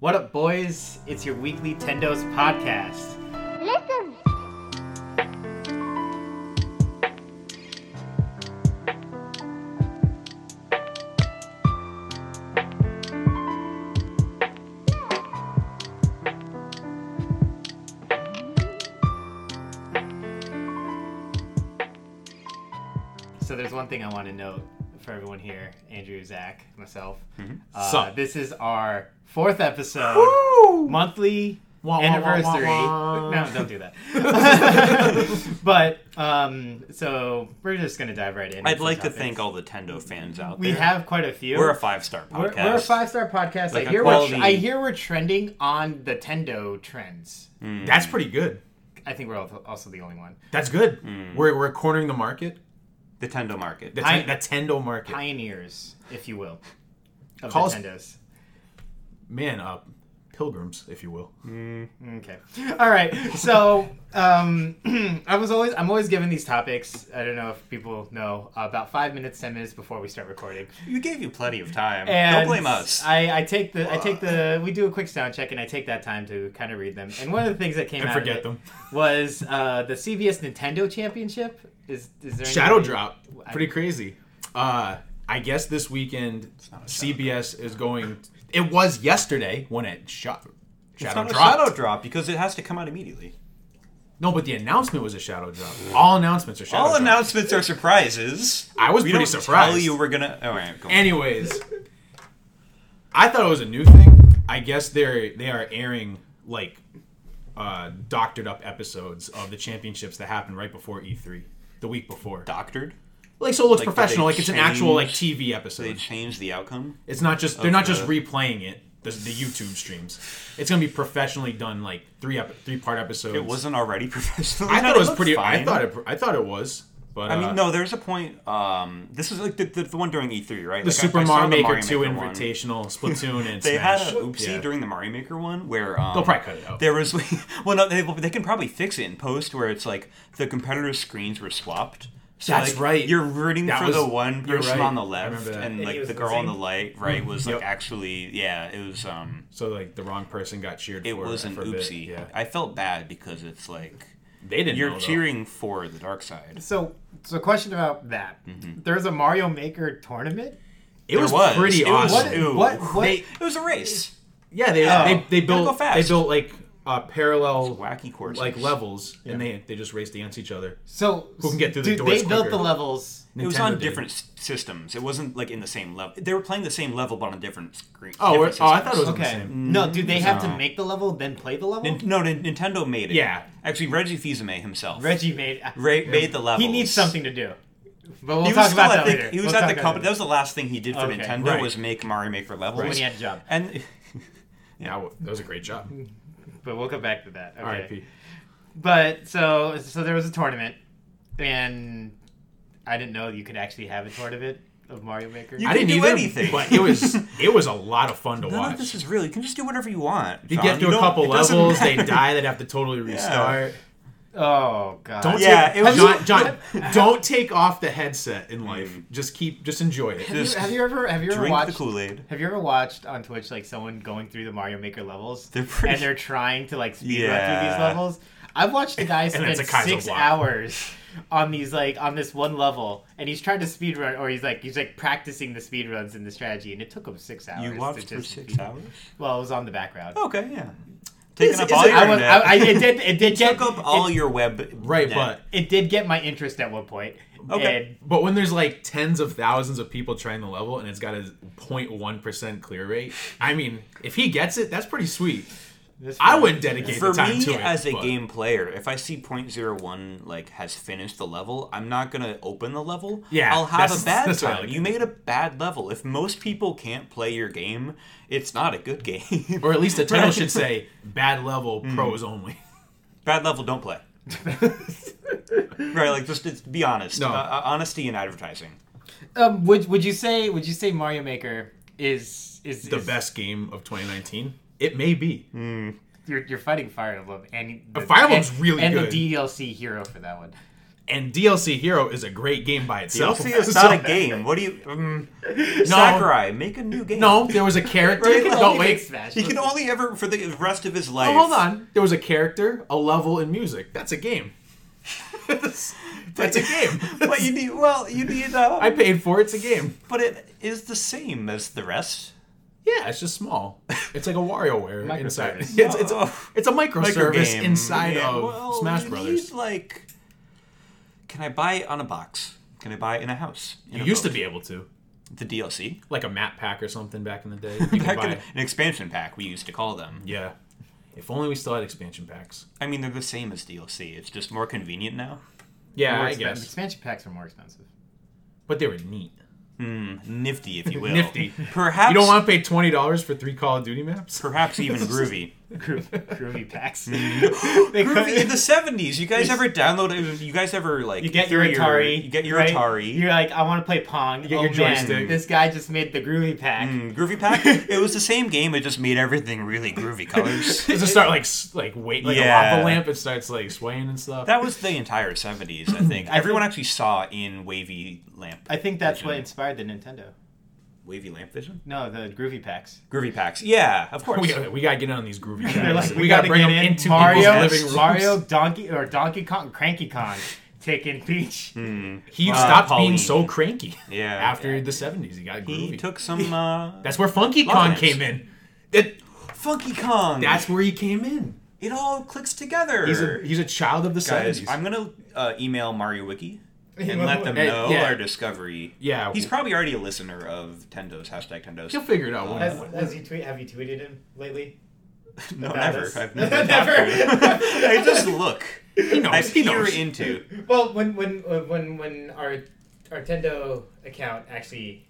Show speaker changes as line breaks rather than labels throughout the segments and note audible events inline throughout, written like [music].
What up, boys? It's your weekly Tendos podcast.
Listen.
So, there's one thing I want to note for everyone here Andrew, Zach, myself.
Mm-hmm.
Uh,
Sup?
This is our fourth episode, monthly
Wah, wah, wah, wah,
anniversary.
wah.
No, don't do
[laughs]
that. but, um, so we're just going to dive right in.
I'd
with
like
some
to
topics.
thank all the Tendo fans out
We
there.
have quite a few.
We're a five star
We're-
podcast.
we're a five star podcast.
Like
I,
a
hear we're,
quality-
I hear we're trending on the Tendo trends.
Mm.
That's pretty good.
I think we're al- also the only one.
That's good. We're, we're cornering the market,
The Tendo market.
the,
I-
ten, the Tendo market.
Pioneers, if you will, of
Calls-
the Tendos.
Man, uh, pilgrims, if you will.
Okay. All right. So um, [clears throat] I was always I'm always given these topics. I don't know if people know about five minutes, ten minutes before we start recording.
You gave you plenty of time.
And
Don't blame us.
I, I take the I take the we do a quick sound check and I take that time to kind of read them. And one of the things that came
And
out of
forget
it
them.
was uh, the CVS Nintendo Championship. Is is there
Shadow
anybody-
Drop,
I-
pretty crazy. Uh, I guess this weekend CBS is going. It was yesterday when it shot.
it's
Shadow
not a
Drop.
shadow drop because it has to come out immediately.
No, but the announcement was a shadow drop. All announcements are shadow
all
drop.
announcements are surprises.
I was
we
pretty
don't
surprised.
Tell you we're gonna. All right, go on.
Anyways, I thought it was a new thing. I guess they're they are airing like uh, doctored up episodes of the championships that happened right before E3, the week before.
doctored.
Like so, it looks
Like, did they
professional. Like it's an actual like
change-
TV
They
episode.
changed the outcome.
It's not just they're not just
Okay.
replaying it. The, the YouTube streams. It's gonna be professionally done, like three ep- three part episodes.
It wasn't already [laughs] professional.
I thought it was
looked
pretty. I
fine.
thought it. I thought it was. But
I
uh,
mean, no. There's a point. Um, this is like the, the, the one during E3, right?
The
Like, I-
Super
I saw
Mario
the
Maker Two
one.
Invitational, Splatoon, and
[laughs] They
Smash.
had a oopsie
Yeah.
during the Mario Maker one where um,
They'll probably cut it out.
There was [laughs] well, no, they, they can probably fix it in post where it's like the competitors' screens were swapped. So
That's
like,
right.
You're rooting
That
for
was-
the one
you're
person
right.
on the
I
left,
remember that.
and
And
like
he was
the
the
girl on the
same?
light, right, was like
Yep.
actually, yeah, it was um,
So like the wrong person got cheered
it
for.
was an
for a bit,
oopsie.
Yeah.
I felt bad because it's like
they didn't.
you're
know, though.
cheering for the dark side.
So so question about that.
Mm-hmm.
There's a Mario Maker tournament.
It was,
was.
pretty
It was-
awesome.
What
Ooh.
what what?
They-
It was a race.
yeah, they,
Oh.
they they
go
built
fast.
they built like uh, parallel
Wacky courses.
like levels, and they they just raced against each other.
so
Who can get through the
dude,
doors
They built
quicker?
the levels.
It was on
Nintendo did.
different s- systems. It wasn't like in the same level. They were playing the same level, but on different screens.
Oh, we're- oh,
different
I
systems.
thought it was on the
Okay.
same.
No, do they have to
No.
make the level then play the level?
Nin- no, Nin- Nintendo made it.
Yeah.
Actually, Reggie Fils-Aimé himself.
Reggie made.
Ra- made the level.
He needs something to do. But we'll
He was
talk
still,
about
I
that
think,
later.
he was
We'll
at
talk
the
about
company.
that
That was the last thing he did for
Okay,
Nintendo
right.
was make Mario Maker levels.
When he had a job. [laughs]
And [laughs]
Yeah, well, that was a great job.
later. But we'll come back to that. Okay.
R.I.P.
But so so there was a tournament, and I didn't know you could actually have a tournament of Mario Maker.
You-
I
can
didn't
do
either,
anything.
but it
[laughs]
was it was a lot of fun to
none of
watch.
this is real. You can just do whatever you want.
You
John.
get through a
don't-
couple
it doesn't
levels, they
matter. [laughs] Uh,
die, they'd have to totally restart.
oh god.
Don't
Yeah,
take,
it was-
John,
[laughs]
John, don't take off the headset in life.
Mm.
Just keep, just enjoy it.
[laughs]
have,
Just
you, have you ever have you ever
Drink
watched
the Kool-Aid.
have you ever watched on Twitch like someone going through the Mario Maker levels
[laughs] They're pretty-
and they're trying to like speed run through these
Yeah.
levels? I've
[laughs]
watched a guy
And
spend
it's a Kaizo
six
block.
hours on these like on this one level and he's trying to speed run or he's like he's like practicing the speed runs and the strategy and it took him six hours.
You
to
watched for
just-
six hours? Oh,
Well, it was on the background.
Okay, yeah. Taking
Is-
up
is
all
it-
your
I was
internet.
I, I
[laughs]
it did it did get
took up all your web.
Right,
net.
but
it did get my interest at one point.
[laughs] Okay.
And
But when there's like tens of thousands of people trying the level and it's got a 0.1% clear rate, I mean, if he gets it, that's pretty sweet.
this
I wouldn't dedicate
[laughs]
for
the time
me
to it.
as a
but-
game player if i see 0.01 like has finished the level i'm not gonna open the level
Yeah,
i'll have
that's-
a bad
that's what I
time
like.
you made a bad level if most people can't play your game it's not a good [laughs] game
Or at least the title
Right.
should
[laughs]
say bad level,
Mm.
pros only.
bad level don't play right like just, just be honest
No.
Uh, uh, honesty
[laughs]
in advertising
Um, would would you say would you say Mario Maker is is
The
is-
best game of 2019? It may be.
Mm.
You're, you're fighting Fire Emblem and the,
Fire Emblem's really
and,
good.
And the DLC hero for that one.
And DLC Hero is a great game by itself.
DLC
[laughs]
is
So-
not a game. What do you? Um, Sakurai, make a new game.
No, there was a character.
Right,
no,
like-
wait.
Smash.
He can only ever for the rest of his
No,
life.
Oh, hold on. There was a character, a level, and music. That's a game. [laughs] that's, that's a game.
[laughs] But you need well, you need. Uh,
I paid for it. It's a game.
but it is the same as the rest.
Yeah, it's just small. It's like a
[laughs]
WarioWare inside.
Microservice.
It's, it's,
Oh.
it's a microservice
Microgame.
inside
Yeah,
of
well,
Smash
you
Brothers.
Need, like, can I buy it on a box? Can I buy it in a house? In
You
a
used to
boat?
be able to.
the DLC,
Like a map pack or something back in the
[laughs]
day. You could
Back
buy
in-
it.
an expansion pack. We used to call them.
Yeah. If only we still had expansion packs.
I mean, they're the same as DLC. It's just more convenient now.
Yeah,
More
I
expen-
guess.
Expansion packs are more expensive.
But they were neat. [laughs]
Nifty, if you will.
Nifty.
Perhaps.
You don't want to pay twenty dollars for three Call of Duty maps?
[laughs] Perhaps
[laughs]
even groovy.
Groovy, groovy packs. They come-
groovy in the seventies. You guys ever download? You guys ever like?
You get your
through
Atari.
you get your
right?
Atari.
You're like, I want to play Pong.
get
oh,
your
man,
joystick.
this guy just made the groovy pack.
Mm,
[laughs]
groovy pack. it was the same game. It just made everything really groovy colors.
Does it start like s- like wait like a
Yeah.
lava lamp? It starts like swaying and stuff.
That was the entire seventies. I think everyone actually saw in wavy lamp.
I think that's what
Vision.
inspired the Nintendo.
Wavy lamp vision.
No, the groovy packs.
Groovy packs. Yeah, of course.
we, gotta, we gotta get in on these groovy
They're
guys.
like,
we, gotta, bring
get
them
in
into
Mario,
people's living rooms.
Mario, Donkey, or Donkey Kong, Cranky Kong, taking Peach.
he stopped
Pauline.
being so cranky.
Yeah.
After the seventies, he got groovy. [laughs]
he took some uh,
that's where Funky
Lava
Kong
lamps.
came in. It,
Funky Kong.
that's where he came in.
it all clicks together.
He's a he's a child of the
Guys,
seventies.
I'm gonna uh, email Mario Wiki and
Email
let them
Hey,
know
yeah.
our discovery.
Yeah.
he's probably already a listener of Tendo's hashtag Tendo's.
He'll figure it out. one
Has,
day.
has he tweet? Have you tweeted him lately?
No,
about
never.
us?
[laughs]
I've never. never. I just look.
He knows.
I
he
peer
knows. [laughs]
into.
Well, when when uh, when when our our Tendo account actually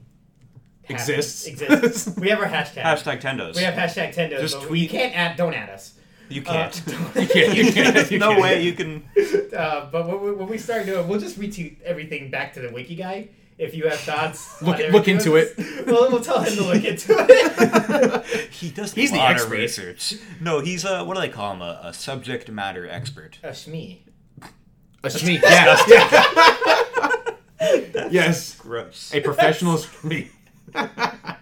has-
Exists.
exists, we have our hashtag.
Hashtag Tendos.
We have hashtag Tendo.
Just
but You
tweet.
can't at. Don't at us.
you can't. [laughs]
Uh,
[laughs] You can't- you can't- you
no
can't.
way you can.
[laughs] Uh, but when we, when we start doing, we'll just retweet everything back to the wiki guy. If you have thoughts,
Look-
on
look into
everything. [laughs] We'll, we'll tell him to look into
[laughs]
it. Uh,
He does.
He's
a
the
lot
expert.
Of research. No, he's a what do they call him? A, a subject matter expert.
A shmee.
That's me. Yeah. yeah. [laughs] yes.
Gross.
A professional me.
All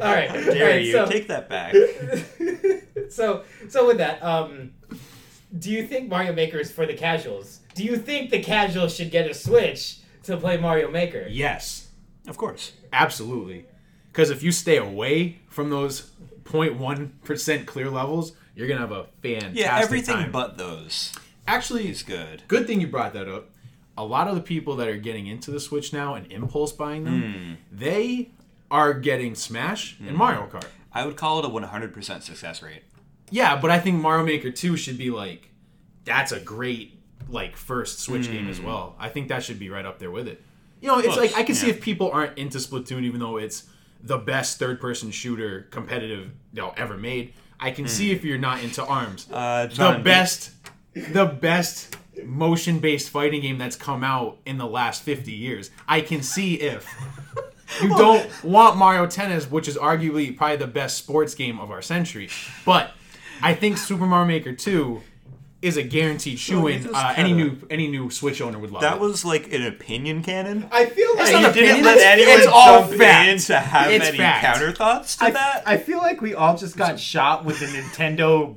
right. All
Dare
right,
you
so,
take that back?
[laughs] so so with that, um, do you think Mario Maker is for the casuals? Do you think the casuals should get a Switch to play Mario Maker?
Yes.
Of course.
Absolutely. Because if you stay away from those 0.1% clear levels, you're going to have a fantastic
Yeah, everything
time.
but those
Actually,
is good.
good thing you brought that up. A lot of the people that are getting into the Switch now and impulse buying
Hmm.
them, they are getting Smash and Mario Kart.
I would call it a 100% success rate.
Yeah, but I think Mario Maker 2 should be like, that's a great, like, first Switch game
Hmm.
as well. I think that should be right up there with it. You know, it's
Close,
like, I can see
yeah.
if people aren't into Splatoon, even though it's the best third person shooter competitive, you know, ever made. I can see if you're not into ARMS.
Hmm. Uh,
the
John,
best, the best motion based fighting game that's come out in the last 50 years. I can see if.
[laughs]
You don't want Mario Tennis, which is arguably probably the best sports game of our century. But I think Super Mario Maker 2 is a guaranteed shoe-in.
just
uh, any
kinda-
new any new Switch owner would love
That
it.
was like an opinion cannon.
I feel like
not
you
an
didn't
opinion,
let
it's-
anyone
it's all
jump
fact.
in to have
It's
any
fact.
counter thoughts to
I,
that.
I feel like we all just got shot with the Nintendo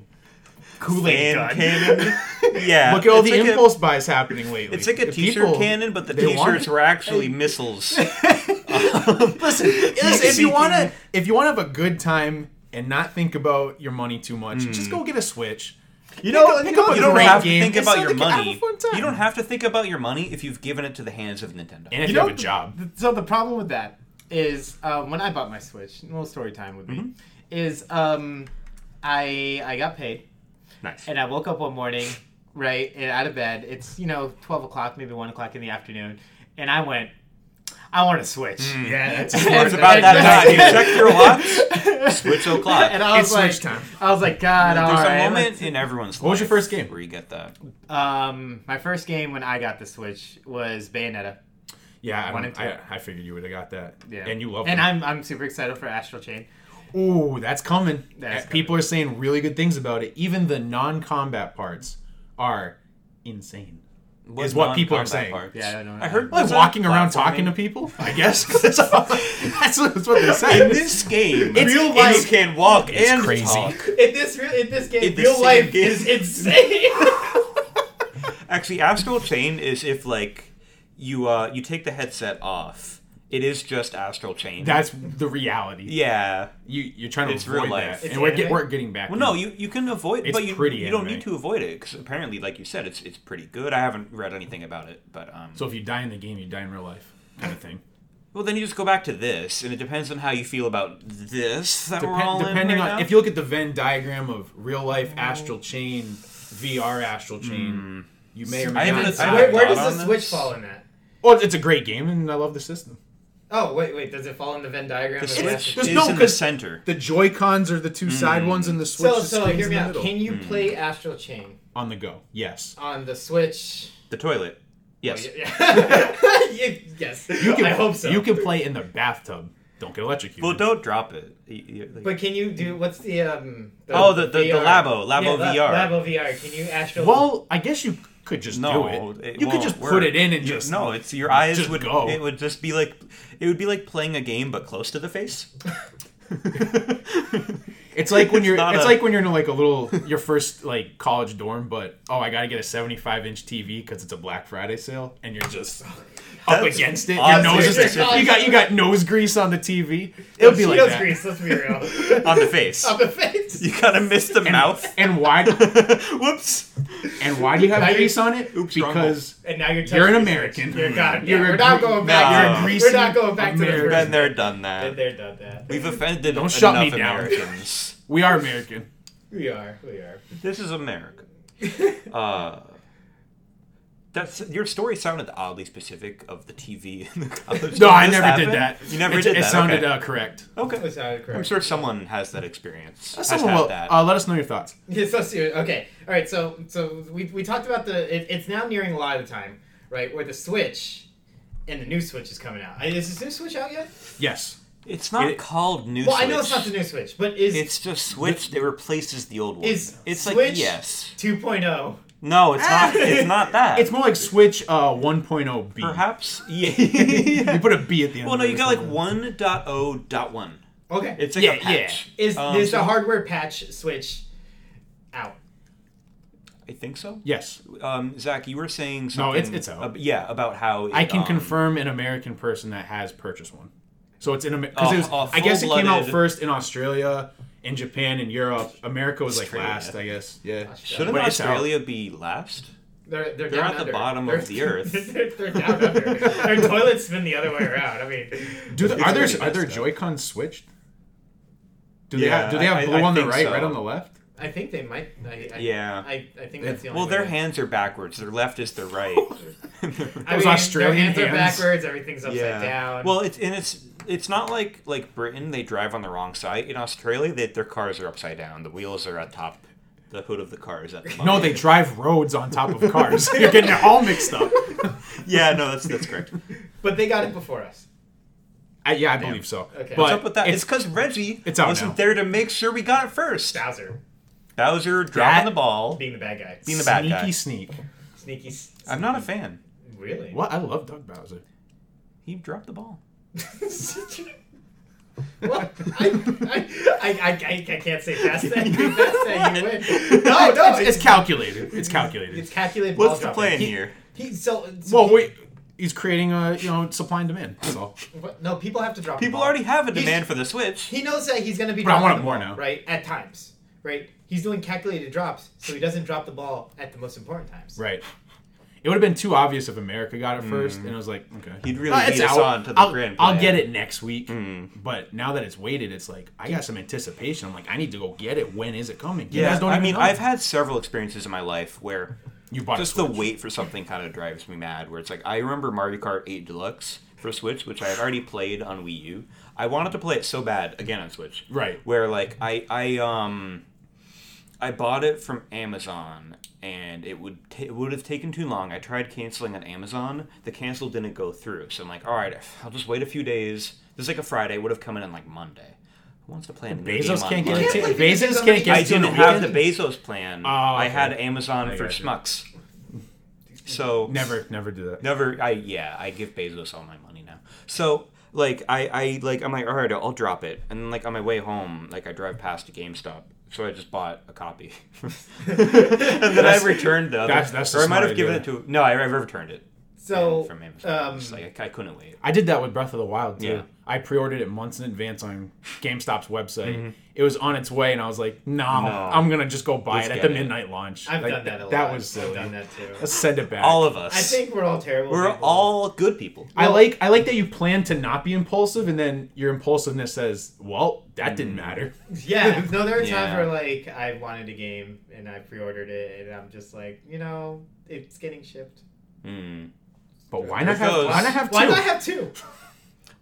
Kool-Aid
Fan
gun.
cannon.
[laughs]
Yeah.
Look at all
it's
the
like a-
impulse buys happening lately.
It's like a
The
t-shirt
people-
cannon, but the
they want
t-shirts
it.
were actually missiles.
Listen, listen, if you want to, if you want to have a good time and not think about your money too much, just go get a Switch.
You know,
pick
you know
up a
what-
You don't
Great
have
game.
to think
It's
about
not
your
like- have a
money.
fun time.
You don't have to think about your money if you've given it to the hands of Nintendo.
And
You
if you,
know,
have a job,
th- So the problem with that is um, when I bought my Switch, a little story time with me, is um, I I got paid
nice.
and I woke up one morning, right, and out of bed. It's you know twelve o'clock, maybe one o'clock in the afternoon, and I went, I want to Switch.
yeah, it's,
It's about that time. You
[laughs]
check your watch. Switch o'clock.
And I was
It's
like,
Switch time.
I was like, God, all
There's
right.
a
let's-
moment in everyone's life.
What was your first game?
Where you get that?
Um, my first game when I got the Switch was Bayonetta.
yeah. I,
One
don't-
and two.
I, I figured you would have got that.
Yeah,
and you love
And
them.
I'm I'm super excited for Astral Chain.
Ooh, that's coming.
That's
Uh, People are saying really good things about it. Even the non-combat parts are insane.
was
Is what
non-
people are
combat
saying.
parts.
Yeah, I don't know.
I heard
Like
was
walking
that
around
platforming?
talking to people, [laughs] I guess. that's, that's what they
[laughs] In
say.
this game,
It's-
real
it's-
life can walk and
crazy.
talk.
In this re- in this game,
In the
real
same
life
game. [laughs]
is insane.
Actually, astral chain is if like you uh you take the headset off. It is just astral chain.
That's the reality.
yeah.
You you're trying to
It's
avoid
real life.
that,
It's
and we're, get,
anime?
we're getting back.
Well,
to
no, you, you can avoid,
It's
but you
pretty
you don't
anime.
need to avoid it because apparently, like you said, it's it's pretty good. I haven't read anything about it, but um.
So if you die in the game, you die in real life, kind of thing.
well, then you just go back to this, and it depends on how you feel about this that we're
Depen-
all in
depending
right
on
now.
if you look at the Venn diagram of real life astral chain, VR astral chain, you may or
Hmm. I
may
haven't-
not.
I
die.
haven't
where, where
thought
does
on
the Switch
this.
fall in that?
Oh, it's a great game, and I love the system.
Oh wait, wait. Does it fall in the Venn diagram?
the
of
switch
Astral
There's
is
Chain?
no
in the
cause-
center.
The Joy Cons are the two
Hmm.
side ones, and the Switch
So
the
so
screen's
hear
in
me
the
out.
middle.
Can you play Astral Chain
on the go, yes.
on the Switch?
The toilet. Yes.
Oh, yeah. You- [laughs] yes.
You can,
I hope so.
You can play in the bathtub. Don't get electrocuted.
Well, don't drop it. You- you- like-
But can you do what's the um?
Oh, the- the- the
VR?
Labo, Labo
yeah,
VR.
Labo VR. Can you Astral?
Well, I guess you could just
no,
do it.
it
you could
won't
just
work.
put it in and
You-
just
no. It's your eyes
just
would
go.
It would just be like it would be like playing a game but close to the face.
[laughs] It's like when
[laughs] It's
you're.
not
it's
a-
like when you're in like a little your first like college dorm, but oh, I gotta get a 75 inch TV because it's a Black Friday sale, and you're just [laughs] up
That's
against it. Your
odd
nose is
specific.
you got you got nose grease on the TV. [laughs] It'll be
she
like
knows
that.
Greece. Let's be real.
on the
[laughs]
face.
On the face.
You kind of missed the mouth.
And
[laughs]
why
Whoops.
and why do you
Now
have
you-
greece on it?
Oops, wrong
because
And now you're.
you're an
touching
American.
You're God.
You're
yeah,
a
we're not
gre-
going
Nah.
back.
You're a
we're
greasy
not going back to the
American.
first.
Been there, done that.
Been there, done that.
We've offended
Don't
enough
shut me down.
Americans.
[laughs] we are American.
We are. We are.
[laughs] this is America. Uh, that's your story sounded oddly specific of the [laughs] TV in the college.
No,
Did
I
this
never
happen?
did that.
You never
it,
did
It
that.
sounded
okay.
uh, correct.
okay.
Was that correct?
I'm sure someone has that experience. Has
Someone
had
will-
that.
uh, let us know your thoughts.
Yeah, so serious. Okay. All right. So so we, we talked about the. It, it's now nearing a lot of the time, right? Where the Switch and the new Switch is coming out. I- Is this new Switch out yet?
Yes.
it's not
it-
called new.
well,
Switch.
I know it's not the new Switch, but is
It's just Switch that replaces the old one.
is
it's
Switch Ah.
like yes.
2.0?
No, it's not. It's
[laughs]
not that.
It's more like Switch uh, 1.0 B.
perhaps.
you
[laughs]
Yeah.
put a B at the end.
well,
of
no,
it
you
or
got like
something.
1.0.1.
Okay.
It's like
Yeah,
a patch.
is
Um,
there's
so-
a hardware patch Switch out?
I think so.
Yes.
um, Zach, you were saying
No,
something.
it's- it's out.
ab- yeah, about how it,
I can
um,
confirm an American person that has purchased one. So it's in
A-
because
a
I guess it came out
Oh, full-blooded-
first in Australia, in Japan, in Europe. America was like
Australia.
last, I guess. Yeah.
Shouldn't
But it's out.
Australia be last?
They're, they're,
They're
down
at the
under.
bottom
they're,
of the earth.
[laughs] they're, they're down under. Their toilets spin the other way around. I mean,
Do the,
It's
are there
pretty
are there
messed up.
Joy-Cons switched? Do they
Yeah,
have do they have
I- I-
blue
I
on the
think
right,
so.
red on the left?
I think they might. I, I,
Yeah.
I, I think that's the only.
Well, their
way.
hands are backwards. Their left is their
[laughs]
right.
I
Those
mean,
Australian
their hands, are
hands.
backwards. Everything's upside down.
Well, it's and it's it's not like like Britain. They drive on the wrong side. In Australia, that their cars are upside down. The wheels are at top. The hood of the car is at the bottom.
No, they drive roads on top
[laughs]
of cars. [laughs] You're getting it all mixed up.
Yeah, no, that's that's correct.
but they got it before us.
I, yeah, I believe so.
Okay.
But
What's up with that?
It's,
It's because Reggie
it's out
wasn't
now.
there to make sure we got it first.
Bowser
Bowser dropping
That-
the ball.
being the bad guy.
Being the bad
sneaky
guy.
sneak.
Sneaky. s-
I'm not a fan.
Really?
What I love Doug Bowser.
He dropped the ball.
What? I, I, I, I, I can't say fast that. You fast that you
[laughs]
win. No, no,
it's,
it's,
it's calculated. It's calculated.
it's calculated. ball
What's the
dropping.
plan
He-
here?
He, so, so
Well,
he-
wait. He's creating a you know supply and demand. That's
[laughs]
all.
what- No, people have to drop. the
People
ball.
already have a
He's-
demand for the Switch.
He knows that he's going to be.
But I
dropping
want it
the
more
ball,
now.
Right at times. Right. He's doing calculated drops, so he doesn't drop the ball at the most important times.
Right. It would have been too obvious if America got it first, and I was like, okay.
He'd really
Uh, it's
Mm. lead us
out.
on to the
I'll,
grand
I'll
plan. Mm.
get it next week. But now that it's waited, it's like I got some anticipation. I'm like, I need to go get it. When is it coming? You guys don't
I
even
mean,
know.
I've had several experiences in my life where
you bought
just
a
the
Switch.
wait for something kind of drives me mad. Where it's like, I remember Mario Kart 8 Deluxe for Switch, which I had already played on Wii U. I wanted to play it so bad again on Switch.
Right.
Where like I I um I bought it from Amazon and it would ta it would have taken too long. I tried canceling on Amazon. The cancel didn't go through. So I'm like, all right, I'll just wait a few days. This is like a Friday. It would have come in on like Monday. Who wants to play a new game
Bezos
on
can't get
Monday?
it.
Monday.
Bezos can't get
I
it. till
didn't
the
have the
weekend?
Bezos plan.
Oh,
I
okay.
had Amazon for
gotcha.
schmucks. So
Never, never do that.
Never. I yeah. I give Bezos all my money now. So like I I like I'm like all right I'll drop it and then like on my way home like I drive past a GameStop. So I just bought a copy, [laughs] and then I
That's-
returned the other.
that's- that's a
or I might
smart
have given it
idea.
to. No, I, I returned it.
[laughs] So,
from Amazon,
um,
It's like I, I couldn't wait.
I did that with Breath of the Wild too.
Yeah.
I pre-ordered it months in advance on GameStop's website.
Mm-hmm.
It was on its way, and I was like, "No, I'm gonna just go buy
Let's
it at
get
the
it."
midnight launch."
I've
Like,
done that a lot.
That was
I've
silly.
done that too.
Let's send it back.
All of us.
I think we're all terrible.
we're
people.
all good people.
I like I like that you plan to not be impulsive, and then your impulsiveness says, "Well, that
Mm.
didn't matter."
Yeah. [laughs] No, there are times
Yeah.
where like I wanted a game and I pre-ordered it, and I'm just like, you know, it's getting shipped.
Mm.
But why
There
not
it
have
goes.
why not have two?
Why do I have two?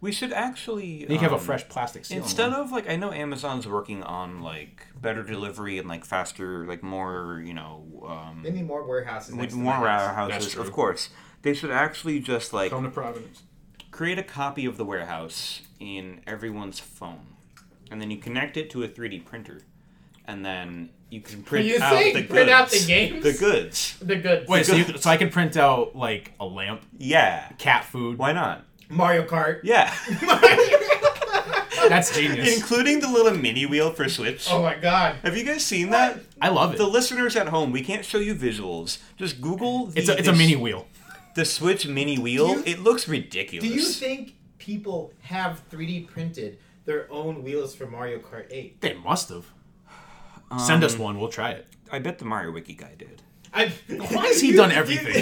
We should actually.
you can have a
um,
fresh plastic seal.
Instead of like, I know Amazon's working on like better delivery and like faster, like more, you know, um,
They need more warehouses.
with
next to my
more
house.
warehouses.
That's
Of
true.
course, they should actually just like
come to Providence.
create a copy of the warehouse in everyone's phone, and then you connect it to a 3D printer, and then you can print
You
out
think
the goods.
print out the games?
The goods.
The good
Wait, so, you, so I could print out like a lamp,
Yeah.
cat food.
Why not?
Mario
[laughs]
Kart. [laughs]
Yeah.
That's
[laughs]
genius.
Including the little mini wheel for Switch.
oh my god.
Have you guys seen that?
I love
The
it.
listeners at home, we can't show you visuals. Just Google. The,
It's a, it's a
the-
mini wheel.
The Switch mini wheel.
Do you-
it looks ridiculous.
Do you think people have 3D printed their own wheels for Mario Kart 8?
They must have. Send us one. We'll try it.
Um, I bet the Mario Wiki guy did.
I, [laughs]
Why has he done everything?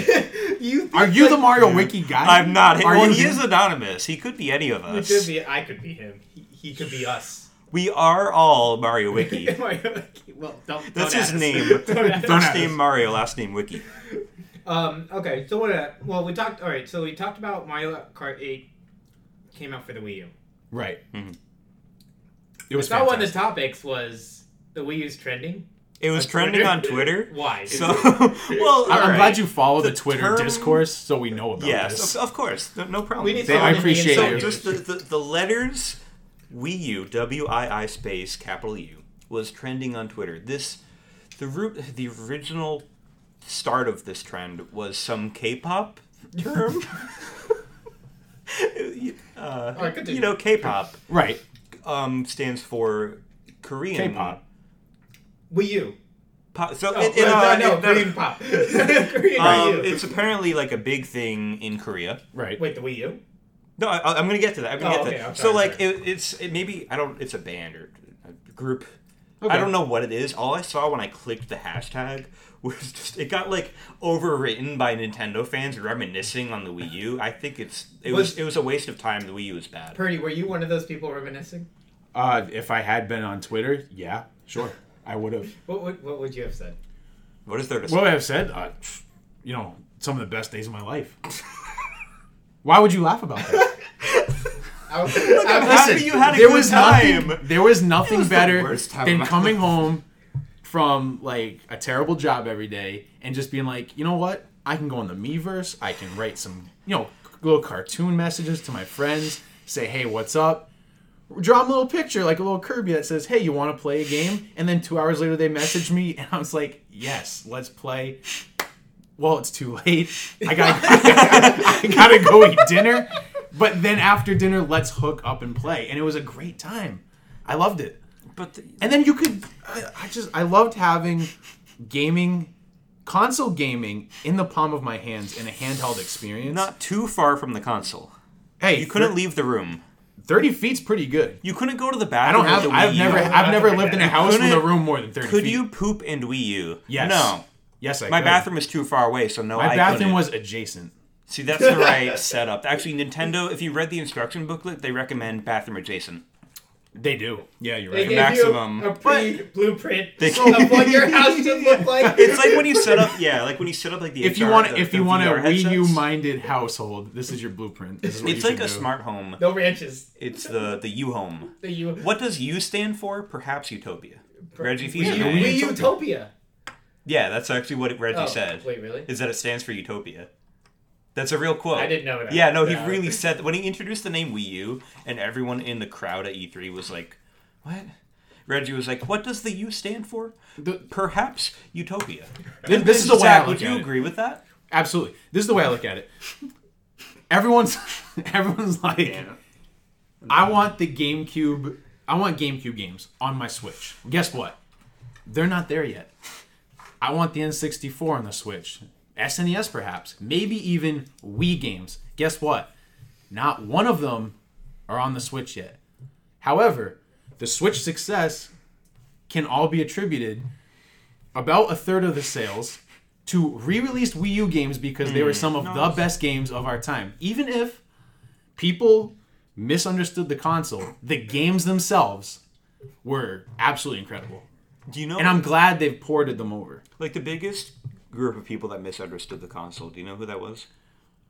you think
Are you the Mario Wiki guy?
I'm not.
Are
well,
you
he
him?
is anonymous. He could be any of
He
us.
could be. I could be him. He, he could be us.
We are all
[laughs]
Mario Wiki. First
Mario- well, don't.
That's
don't
his
at us.
name.
[laughs] Don't at us.
have
name
us.
Mario, last name Wiki.
Um. Okay. So what? uh, Well, we talked. All right. So we talked about Mario Kart 8 came out for the Wii U.
Right.
Mhm.
It was
I saw one of
fantastic.
the topics was the Wii U's trending.
It was
On
trending
Twitter? [laughs]
on Twitter.
Why?
So,
[laughs]
[laughs] well,
I'm, I'm
alright.
glad you follow the, Twitter
term-
discourse so we know about
Yes,
this.
of, of course. No, no problem.
we need
They-
someone
I
in the
appreciate
inside
so
you.
industry.
just the, the, the letters Wii U, W I I space capital U, was trending on Twitter. This the root the original start of this trend was some K-pop
[laughs]
term. [laughs] uh,
right, continue.
you know, K-pop
Right.
um, stands for Korean
K-pop.
Wii U.
pop. So
Oh,
it, it,
no,
uh,
no,
it-
Korean pop. [laughs]
[laughs]
Korean
Um,
Wii U.
it's apparently like a big thing in Korea.
Right.
Wait, the Wii U.
No, I, I'm gonna get to that. I'm gonna
Oh,
get to
okay,
that.
I'm
So
sorry,
like,
sorry.
it, it's it maybe I don't. It's a band or a group.
Okay.
I don't know what it is. All I saw when I clicked the hashtag was just it got like overwritten by Nintendo fans reminiscing on the Wii U. I think it's it was,
Was-
it was a waste of time. The Wii U is bad.
Purdy, were you one of those people reminiscing?
Uh, if I had been on Twitter, yeah, sure, I would have.
What would what would you have said?
What is there to say?
What would I have said? Uh, you know, some of the best days of my life. [laughs] Why would you laugh about that?
I [laughs] would, I would-
Happy you had a good time.
nothing. There was nothing
was the
better
worst time of
than
my [laughs]
coming home from like a terrible job every day and just being like, you know what? I can go in the Meverse. I can write some, you know, little cartoon messages to my friends. Say, hey, what's up? Draw them a little picture, like a little Kirby that says, "Hey, you want to play a game?" And then two hours later, they message me, and I was like, "Yes, let's play." Well, it's too late. I got, [laughs] I gotta go eat dinner. But then after dinner, let's hook up and play, and it was a great time. I loved it.
But the,
And then you could, I, I just, I loved having gaming, console gaming in the palm of my hands in a handheld experience.
not too far from the console.
hey,
You couldn't leave the room.
Thirty feet's pretty good.
You couldn't go to the
I
bathroom.
don't have.
With the Wii
I've never.
U.
I've never lived in a house with a
couldn't-
room more than thirty.
Could
feet.
you poop and Wii U?
Yes.
No.
Yes, I.
My
could.
bathroom is too far away, so no.
My
I
bathroom
couldn't.
was adjacent.
See, that's
[laughs]
the right setup. Actually, Nintendo, if you read the instruction booklet, they recommend bathroom adjacent.
They do. Yeah, you're
they
right.
gave
maximum.
you a pre blueprint
They
of what your house should look like.
[laughs] It's like when you set up, yeah, like when you set up like the
if you
HR,
want,
the-
if
the
you want a
VR
Wii U
headsets.
minded household, this is your blueprint. This is what
It's
you
like
should
a
do.
smart home.
No
[laughs]
ranches.
It's the the U home.
The U.
What does U stand for? Perhaps utopia. Reggie
Wii,
Fils-Aimé.
Wii Utopia.
Yeah, that's actually what Reggie
Oh,
said.
wait, really?
Is that it stands for utopia? That's a real quote.
I didn't know that.
Yeah, no, he
No.
really said that when he introduced the name Wii U, and everyone in the crowd at E3 was like, "What?" Reggie was like, "What does the U stand for?"
The-
Perhaps utopia.
This, this is the way I
Zach,
look
would you
at it.
agree with that?
absolutely. This is the way I look at it. Everyone's [laughs] everyone's like,
Yeah.
I want the GameCube. I want GameCube games on my Switch. Guess what? They're not there yet. I want the N64 on the Switch, SNES perhaps, maybe even Wii games. Guess what? Not one of them are on the Switch yet. However, the Switch success can all be attributed about a third of the sales to re-released Wii U games because
Mm.
they were some of the best games of our time. Even if people misunderstood the console, the games themselves were absolutely incredible.
Do you know?
And I'm glad they've ported them over.
like the biggest group of people that misunderstood the console. Do you know who that was?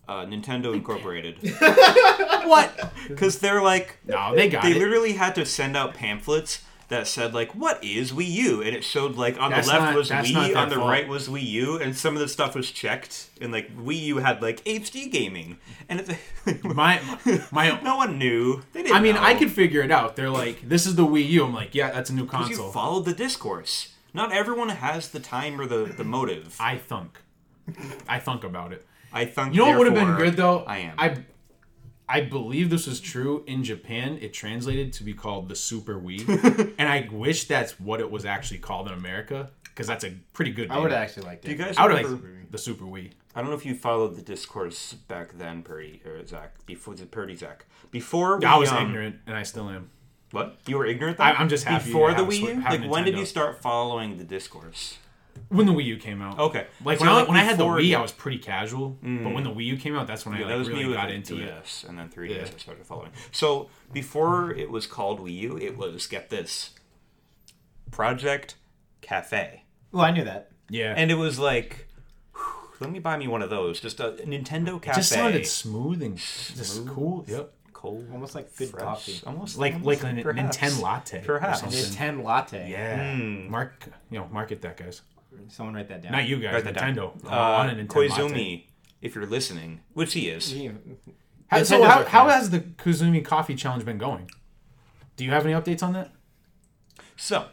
Uh, Nintendo Incorporated.
[laughs] What?
Because they're like,
No, they got
they
it.
literally had to send out pamphlets that said like, "What is Wii U?" and it showed like on
That's
the left
not-
was
that's not
Wii,
their
on the
fault.
right was Wii U, and some of the stuff was checked. And like Wii U had like HD gaming, and it's
My my.
[laughs] no one knew. They didn't.
I mean,
know.
I could figure it out. They're like, this is the Wii U. I'm like, yeah, that's a new
'Cause You
console.
followed the discourse. Not everyone has the time or the, the motive. I,
I thunk. I thunk about it.
think
You know what would have been good though?
I am.
I I believe this was true in Japan. It translated to be called the Super
[laughs]
Wii, and I wish that's what it was actually called in America because that's a pretty good.
I
name.
would have actually liked
Do you
it.
guys
I would
remember?
like the Super Wii.
I don't know if you followed the discourse back then, Purdy or Zach. Before the Purdy Zach. Before we,
I was
um,
ignorant, and I still am.
What you were ignorant?
I-
then?
I'm just happy to
before the
have a
Wii
Swi-
U.
have
Like when did you
Nintendo.
start following the discourse?
When the Wii U came out,
Okay,
Like
So,
when, I, when I had the
before
Wii,
you-
I was pretty casual, but when the Wii U came out, that's when I
Yeah,
like,
that was
really
me
got
with
into it.
DS, and then 3DS
Yeah.
I started following. So before it was called Wii U, it was get this Project Cafe,
Well, I knew that.
Yeah,
and it was like, whew, let me buy me one of those. Just a Nintendo Cafe.
just sounded smooth and just cool. Yep,
cold,
Almost like good
fresh,
coffee.
almost
like
almost,
like a
perhaps.
Nintendo latte, or
Perhaps.
something.
Nintendo latte.
Yeah, mark you know market that guys.
Someone write that down.
Not you guys,
Write that down.
Nintendo.
Uh,
I want a Nintendo latte.
Koizumi, if you're listening, which he is.
[laughs]
How, so
Nintendo's
how,
our
how
friend.
has the Kuzumi Coffee Challenge been going? Do you have any updates on that?
So,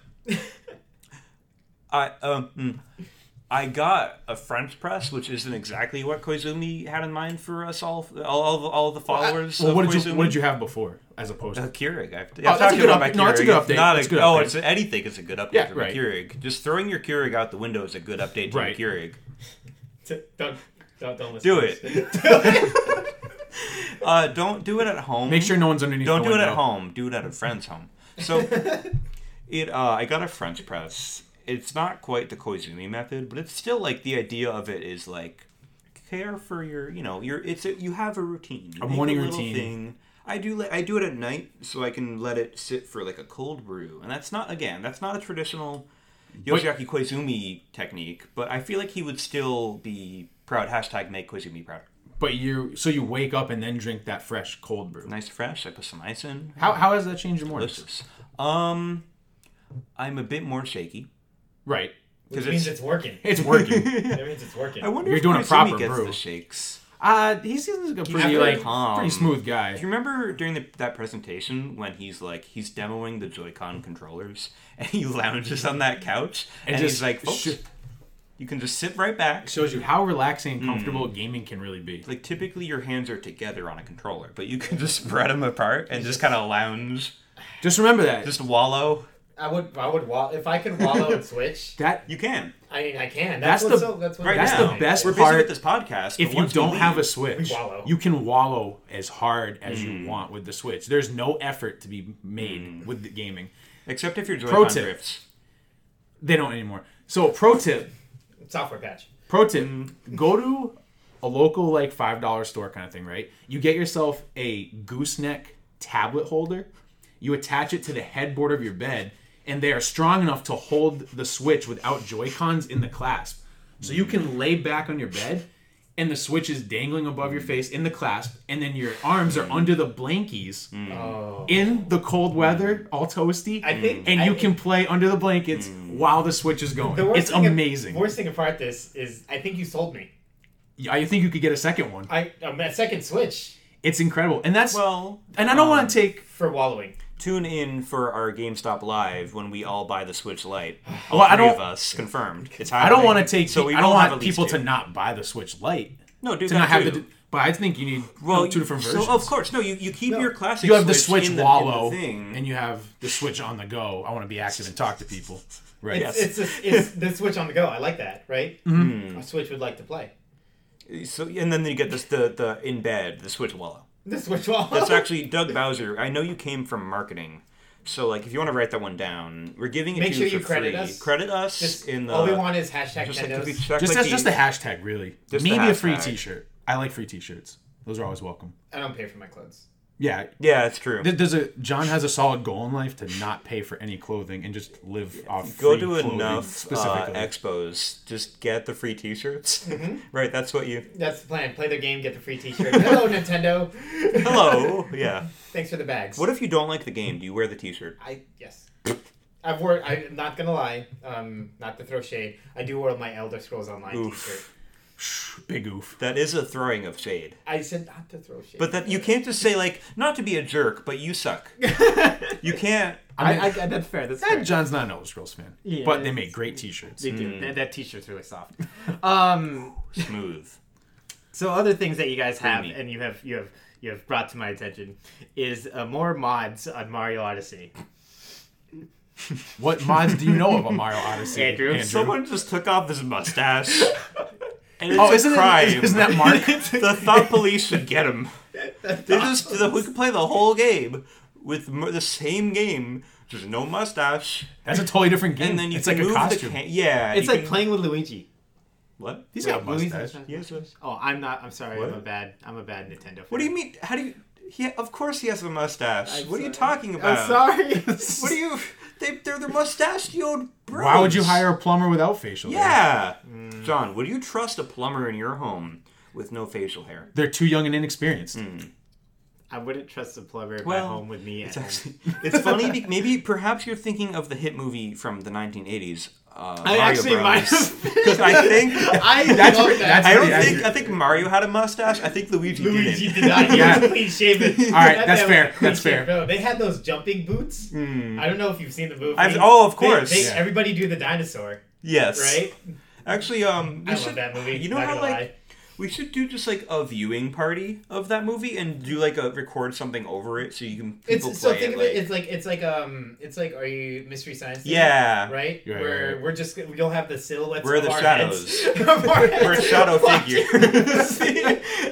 I um, mm, I got a French press, which isn't exactly what Koizumi had in mind for us all, all, all, the- all the followers.
Well,
of
what did you
Koizumi.
What did you have before, as opposed to?
A Keurig. I've, I've
that's
talked
a good
about my
update. No, that's a
Keurig.
good
It's
update.
Not
That's
a,
a good
oh,
update.
it's anything. It's a good update
Yeah,
from
right.
a Keurig. Just throwing your Keurig out the window is a good update to
Right.
a Keurig.
Don't, don't, don't
Do it.
[laughs]
uh, don't do it at home.
Make sure no one's underneath.
Don't
the
do it
window.
at home. Do
[laughs]
it at a friend's home. So it uh, I got a French press. It's not quite the Koizumi method, but it's still like the idea of it is like care for your you know your it's a, you have a routine You
A
make
morning
little
routine.
thing. I do let- I do it at night so I can let it sit for like a cold brew, and that's not again that's not a traditional Yoshiaki Koizumi technique, but I feel like he would still be proud. Hashtag make Koizumi proud.
But you, so you wake up and then drink that fresh cold brew.
Nice fresh. I put some ice in.
How how has that changed your mornings?
Delicious. Um, I'm a bit more shaky.
Right,
Which
Because
means
it's-
it's working.
it's working. [laughs]
That means it's working.
I wonder
You're
if
doing a
Koizumi
proper
gets
brew.
the shakes.
uh, he seems like a pretty
very
like
calm.
pretty smooth
Do
guy.
you remember during the, that presentation when he's like he's demoing the Joy-Con controllers and he [laughs] lounges on that couch and, he's like, "Folks,
sh-
you can just sit right back."
shows you how relaxing and
Hmm.
comfortable gaming can really be.
Like typically your hands are together on a controller, but you can [laughs] just spread them apart and just kind of lounge,
Just remember that.
just wallow.
I would, I would wallow if I could wallow and switch.
that
You can
I mean, I can.
That's
That's,
the-
what's so, that's what's
right
That's
now.
the best
We're busy
part.
with this podcast.
if
but
you
once we
don't have a
leave-
switch,
we wallow.
you can wallow as hard as you want with the switch. There's no effort to be made with the gaming.
except if your Joy-Con
tip.
drifts.
They don't anymore. So pro tip,
Software patch.
pro tip, go to a local like five dollar store kind of thing, right? You get yourself a gooseneck tablet holder. You attach it to the headboard of your bed, and they are strong enough to hold the switch without Joy Cons in the clasp. So you can lay back on your bed, and the switch is dangling above your face in the clasp, and then your arms are under the blankies
Oh.
in the cold weather, all toasty,
I think-
and
I
you
think-
can play under the blankets while the switch is going.
The worst
It's
thing-
amazing.
worst thing apart this is I think you sold me.
Yeah, I think you could get a second one.
I um, a second switch
It's incredible, and that's
Well, um,
and I don't want to take
for wallowing.
Tune in for our GameStop Live when we all buy the Switch Lite. All
Well, I
three
don't-
of us confirmed. It's
I don't
happening.
want to take.
So we
I don't
will have
want
at least
people to
two.
not buy the Switch Lite.
No, do
to
that
not have
too.
the. But I think you need
well,
two different
so
versions.
of course, no. You, you keep your classic.
you have the Switch
in in
wallow,
thing.
and you have the Switch on the go. I want to be active and talk to people. Right.
Yes.
It's, it's, it's the Switch on the go. I like that, right?
Mm.
A Switch would like to play.
So and then you get this the the in bed the Switch wallow.
The Switch wall.
That's
Oh.
actually Doug Bowser. I know you came from marketing, so like if you want to write that one down, we're giving it
Make
to
sure
you
you
for
credit
free.
us.
Credit
[laughs]
us
Just,
in the.
all we want is hashtag
just like,
Nindos.
if you check,
Just
like,
as, just
the-
a hashtag, really.
Just the
Maybe a free
hashtag.
T-shirt. I like free T-shirts. Those are always welcome.
I don't pay for my clothes.
Yeah.
Yeah, it's true.
There- There's a John has a solid goal in life to not pay for any clothing and just live off.
Go
free
to
clothing
enough uh,
specifically.
expos. Just get the free T-shirts. [laughs] right, that's what you.
That's the plan. Play the game, get the free T-shirt. [laughs] Hello, Nintendo.
Hello. [laughs] yeah.
[laughs] Thanks for the bags.
What if you don't like the game? Do you wear the T-shirt?
I yes. I've worn. I'm not gonna lie. Um, not to throw shade. I do wear my Elder Scrolls Online
Oof.
T-shirt.
Big oof.
That is a throwing of shade.
I said not to throw shade.
But
[laughs]
that you can't just say like not to be a jerk, but you suck. you can't.
I, I, that's fair. That's fair.
And John's not an Elder Scrolls fan,
Yeah,
but they
it's-
make great T-shirts.
They
Hmm.
do. That, that T-shirt's really soft. Um,
Smooth.
so other things that you guys have,
Creamy.
and you have you have you have brought to my attention, is uh, more mods on Mario Odyssey.
What mods do you know about Mario Odyssey?
Andrew?
[laughs] Someone just took off his mustache. [laughs] And it's
oh,
a
isn't
crime. [laughs]
it? Isn't that Mark?
the thought police should get [laughs] him. They just the, we could play the whole game with m- the same game, just no mustache,
That's a totally different game.
and then you
it's
can
like a
move
costume.
the ca- yeah.
It's
you
like
can-
playing with Luigi.
what?
He's got a
Luigi's
mustache.
not-
Yes, yes.
Oh, I'm not. I'm sorry. I'm
What?
a bad. I'm a bad Nintendo.
What do you mean? How do you? He, of course he has a mustache. what are you talking about?
I'm sorry.
[laughs]
What do you? They, they're the mustachioed bros.
Why would you hire a plumber without facial hair?
Yeah,
Mm.
John. Would you trust a plumber in your home with no facial hair?
They're too young and inexperienced.
Hmm.
I wouldn't trust a plumber at
Well,
my home with me.
It's
at [laughs]
actually it's
[laughs]
funny. be- Maybe perhaps you're thinking of the hit movie from the 1980s. Uh, Mario
actually might [laughs] have been.
because I
[laughs]
think
I
That's
love
what-
that.
that's
I don't
Yeah,
think
you're-
I think Mario had a mustache. I think Luigi,
Luigi
didn't.
did not. He [laughs]
Yeah.
was clean shaven. All
right, that's fair, that's fair.
They had those jumping boots. I don't know if you've seen the movie.
[laughs] Hmm. I've- oh, of
They-
course.
they-
Yeah.
Everybody do the dinosaur,
Yes,
right?
Actually, um, we
I
should,
love that movie.
You know
not
how
gonna
like
lie.
we should do just like a viewing party of that movie and do like a record something over it so you can people
it's so
play
think
it.
of
like,
it. It's like it's like um it's like are you mystery science? Theater,
yeah,
Right,
Yeah,
where
yeah, yeah.
we're just we'll have the silhouettes.
We're
of
the
our
shadows. [laughs]
heads. Of our
We're a
heads. [laughs]
shadow
Watch
figure [laughs]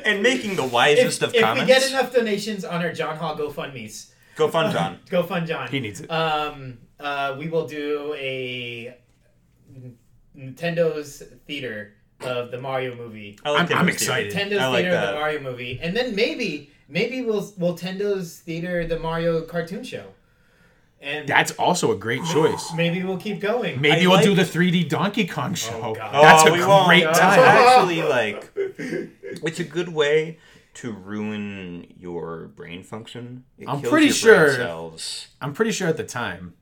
and making the
If,
wisest of
if we
comments.
get enough donations on our John Hall GoFundmes,
Go fun, John.
Go fund John.
He needs it.
Um, uh, we will do a N- Nintendo's theater of the Mario movie.
I
I'm-
like
I'm
Nintendo's theory.
excited.
Nintendo's
I like
theater of
that.
the Mario movie, and then maybe maybe we'll we'll Nintendo's theater the Mario cartoon show, and
That's also a great
[gasps]
choice.
maybe we'll keep going.
Maybe
I
we'll do
like-
the 3D Donkey Kong show.
God.
That's
oh,
a
we won't.
great
That's [laughs]
[laughs]
time.
actually like [laughs] it's a good way to ruin your brain function. It
I'm
kills
pretty
your brain
sure-
cells.
I'm pretty sure at the time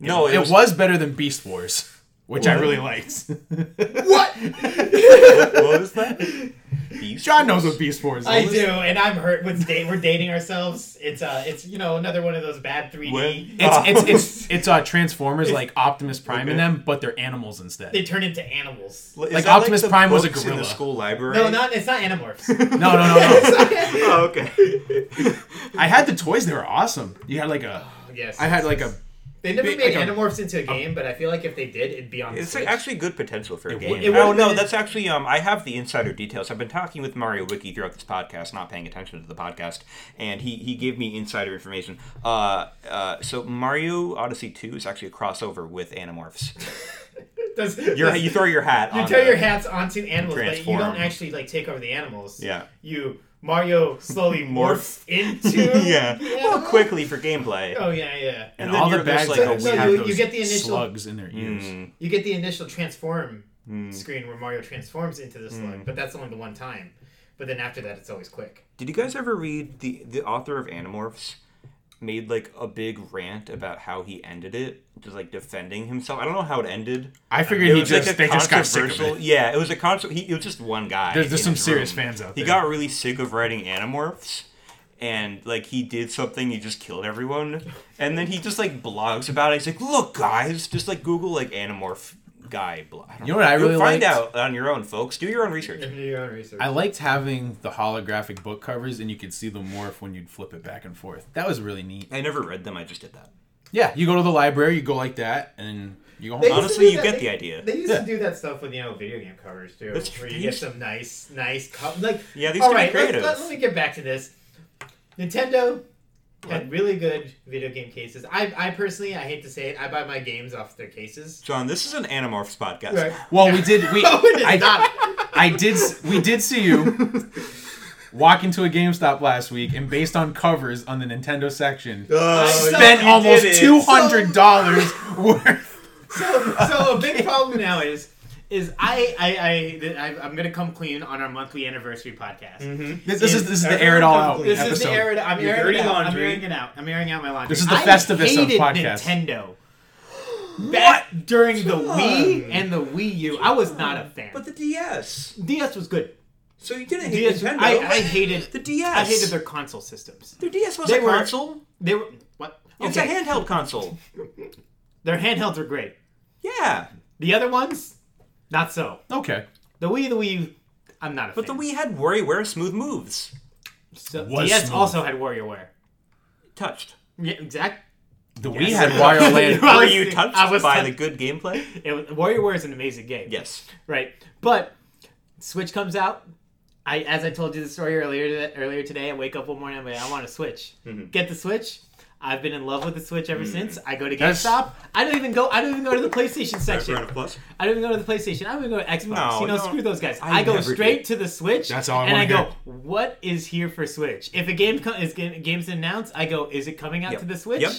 No,
it was better than Beast Wars, which I really liked. [laughs]
What?
what was that? Beast
John knows
Wars?
what Beast Wars is.
I do, and I'm hurt. With date, we're dating ourselves. It's uh, it's you know another one of those bad 3D.
When-
It's it's it's it's uh, Transformers like Optimus Prime and them, but they're animals
They
instead.
turn into animals.
Is
Like,
that
Optimus
the
Prime was a
books in
gorilla.
the school library.
No, not it's not Animorphs.
No, no, no, no.
[laughs] Oh,
[laughs]
okay.
I had the toys; they were awesome. You had like a,
yes,
I had like a.
They never
Big-
made
like a-
Animorphs into a game, but I feel like if they did, it'd be on the
It's like
Switch.
actually good potential for a game.
would-
it
oh
would've
no,
been-
that's actually um. I have the insider details. I've been talking with Mario Wiki throughout this podcast, not paying attention to the podcast, and he he gave me insider information. Uh, uh. So Mario Odyssey Two is actually a crossover with Animorphs.
Does- [laughs]
[laughs] You're,
does-
you throw your hat.
you
on
tear
the-
your hats onto animals, but you
transform.
don't actually like take over the animals.
Yeah.
You Mario
[laughs]
slowly morphs into.
yeah.
the
Well,
animal.
quickly for gameplay.
Oh yeah, yeah.
And,
then
all the
you're
bags
just like,
that
oh,
we
so
had
you-
those
you get the initial- Mm.
slugs in their ears.
You get the initial transform
Hmm.
screen where Mario transforms into the slug, but that's only the one time. But then after that, it's always quick.
Did you guys ever read the the author of Animorphs made like a big rant about how he ended it, just like defending himself? I don't know how it ended.
I figured he just they just got sick of it.
Yeah, it was a controversial. He it was just one guy.
There's- there's
in
some
his
serious
room.
fans out
He
there.
got really sick of writing Animorphs, and like he did something, he just killed everyone, and then he just like blogs about it. He's like, "Look, guys, just like Google like Animorph guy." Blo- I don't
You know what I
You'll
really
find
liked?
out on your own, folks. Do your own research.
Do your own research.
I liked having the holographic book covers, and you could see the morph when you'd flip it back and forth. That was really neat.
I never read them. I just did that.
Yeah, you go to the library, you go like that, and you go
They
home.
used to
Honestly,
do
you
that-
get
they-
the idea.
They used
Yeah.
to do that stuff with you know video game covers too,
That's
where
true.
you get some nice, nice, co- like
Yeah, these
all
can be
right. let's-
creative.
Let, let me get back to this. Nintendo had really good video game cases. I, I personally, I hate to say it, I buy my games off their cases.
John, this is an Animorphs podcast.
Well, we did.
[laughs]
We
No, it is
I,
not.
I did. s- We did see you walk into a GameStop last week, and based on covers on the Nintendo section,
Oh,
I
spent
Oh, you
almost
did it.
two
[laughs]
hundred dollars worth.
So, so a
[laughs]
big problem now is. Is I I I I'm gonna come clean on our monthly anniversary podcast.
Mm-hmm.
This, this is this is the air it
Everyone
all
come
out
clean.
This
episode.
is the air. I'm
Your
airing
dirty
it out.
laundry.
I'm airing it out. I'm airing out my laundry.
This is the
I
Festivus of
hated
podcasts.
[gasps]
Nintendo. Back during the Wii
John.
and the Wii U, I was not a fan.
But the DS.
DS was good.
So you didn't hate
DS,
Nintendo.
I, I hated.
the DS.
I hated their console systems.
Their DS was
They
a
were-
console.
They were what?
It's a handheld console.
Their handhelds were great.
Yeah,
The other ones, not so.
Okay.
The Wii, the Wii, U, I'm not a
but the
fan.
Wii had WarioWare smooth moves.
So,
was
DS
smooth.
also had WarioWare.
Touched.
Yeah, exact.
The Wii
Yes. [laughs]
had Wario Land.
I
[laughs] Were
was-
you touched
I was
by
touched.
the good gameplay?
It was, WarioWare is an amazing game.
Yes.
Right. But Switch comes out. I, as I told you the story earlier today, earlier today, I wake up one morning and I'm like, I want a Switch.
Mm-hmm.
Get the Switch. I've been in love with the Switch
Mm.
ever since. I go to
That's-
GameStop. I don't even go. I don't even go to the PlayStation section.
plus.
I don't even go to the PlayStation. I don't even go to Xbox.
No,
you know,
no.
screw those guys.
I
I, go
never
straight to the Switch.
That's all I
And
wanna
I go,
hear.
what is here for Switch? If a game co- is ga- game's announced, I go, is it coming out
Yep.
to the Switch?
Yep.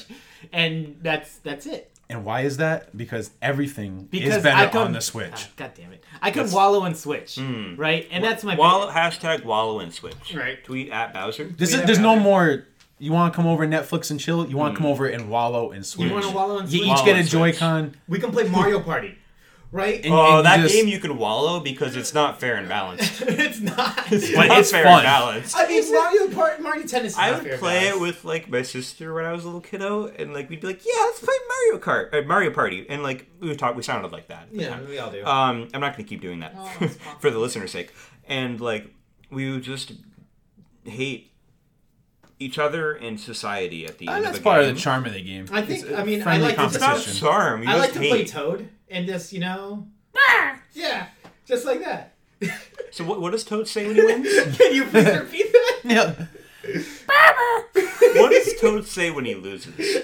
And that's that's it.
And why is that? Because everything
Because
is better
I come-
on the Switch. Hmm.
God, God damn it! I can wallow in Switch, right? And that's my
Wallow, hashtag wallow and switch.
Right.
Tweet at Bowser.
This
We
is
have
there's
that.
no more. You want to come over Netflix and chill. You want to come over and wallow and switch.
Mm. You want to wallow in
You
Switch?
each
Wallow
get a
and Switch.
Joy-Con.
we can play Mario Party, right? [laughs]
And-
Oh, that
you just-
game you can wallow because it's not fair and balanced.
it's not.
But [laughs]
not
it's
fair
fun.
and balanced.
I mean, Mario Party, Mario Tennis. Is
I
not
would
fair
play
balance.
it with like my sister when I was a little kiddo, and like we'd be like, "Yeah, let's play Mario Kart, uh, Mario Party," and like we would talk, we sounded like that. at the
Yeah,
time.
we all
Uh,
do.
Um, I'm not going to keep doing that [laughs] for the listener's sake. And like, we would just hate each other and society at the end
And that's
of the
part
game.
of the charm of the game.
I think. I mean, I
friendly
like to
It's
competition.
not charm. You
I like
just
to
hate.
play Toad and just you know. yeah, just like that. [laughs]
so what, what does Toad say when he
[laughs]
wins?
Can you please repeat that? [laughs]
Yeah.
what does Toad say when he loses?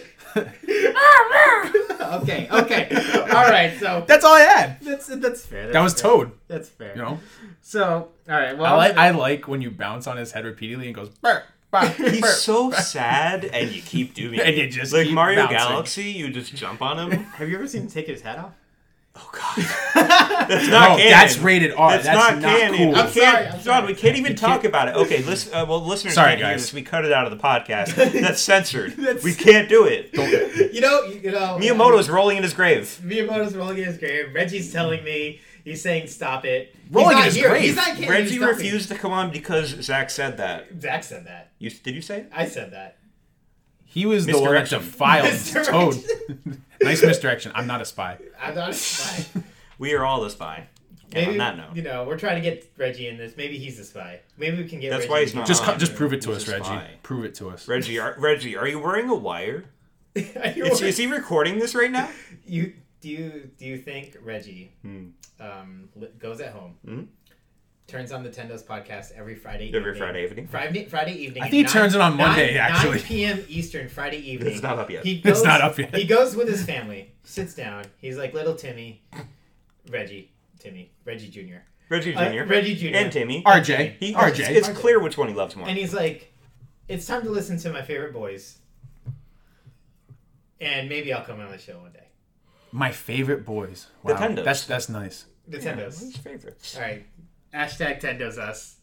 okay. Okay. All right. So
[laughs] That's all I had.
that's that's fair.
That was Toad.
That's fair.
You know,
So all right. Well,
I like I like when you bounce on his head repeatedly and goes. Burr, burr, burr.
He's so sad, and you keep doing
[laughs]
it.
And you just
like
keep
Mario
bouncing.
Galaxy. You just jump on
[laughs]
him.
have you ever seen him take his hat off?
Oh God, that's not
no,
canon.
that's rated R.
That's, not, canon.
cool.
We
I'm
can't,
sorry, I'm
John.
sorry.
We can't even talk about it. Okay, listen. Uh, well, listeners,
Sorry,
can't hear
guys.
this. We cut it out of the
[laughs]
podcast. That's censored. We can't do it.
You know. You, you know.
Miyamoto's rolling in his grave.
Miyamoto's rolling in his grave. Reggie's telling me he's saying stop it.
Rolling
he's
in
not
his
here.
grave?
He's not here.
Reggie
He's stopping.
refused to come on because Zach said that.
Zach said that.
You did you say?
I said that.
He was the one that
[laughs]
[laughs]
Misdirection.
defiled Toad.
Misdirection.
nice misdirection. I'm not a spy.
I'm not a spy.
We are all the spy. And
Maybe
on that note,
you know we're trying to get Reggie in this. Maybe he's a spy. Maybe we can get.
That's
Reggie
why he's
to-
not-
Just
Oh,
co- just
[laughs]
man.
prove it to
He's
us,
a
Reggie.
spy.
Prove it to us.
Reggie, are, Reggie, are you wearing a wire?
You
Is, is he recording this right now?
You do you do you think Reggie um, li- goes at home, turns on the Tendo's podcast every Friday
Every
evening,
Friday evening.
Friday Friday evening.
I think he turns it on Monday,
9,
actually.
9 p.m. Eastern Friday evening.
It's not up yet.
He
[laughs] It's not up yet.
He goes with his family, sits down. He's like little Timmy, Reggie, Timmy, Reggie Junior,
Reggie Jr.
Uh, Reggie Jr.
and Timmy.
RJ.
He,
RJ.
It's,
RJ.
clear which one he loves more.
and he's like, "It's time to listen to my favorite boys, and maybe I'll come on the show one day."
My favorite boys. Wow.
Tendos.
That's that's nice.
The
Yeah,
Tendos.
his favorites.
All right. Hashtag Tendo's us.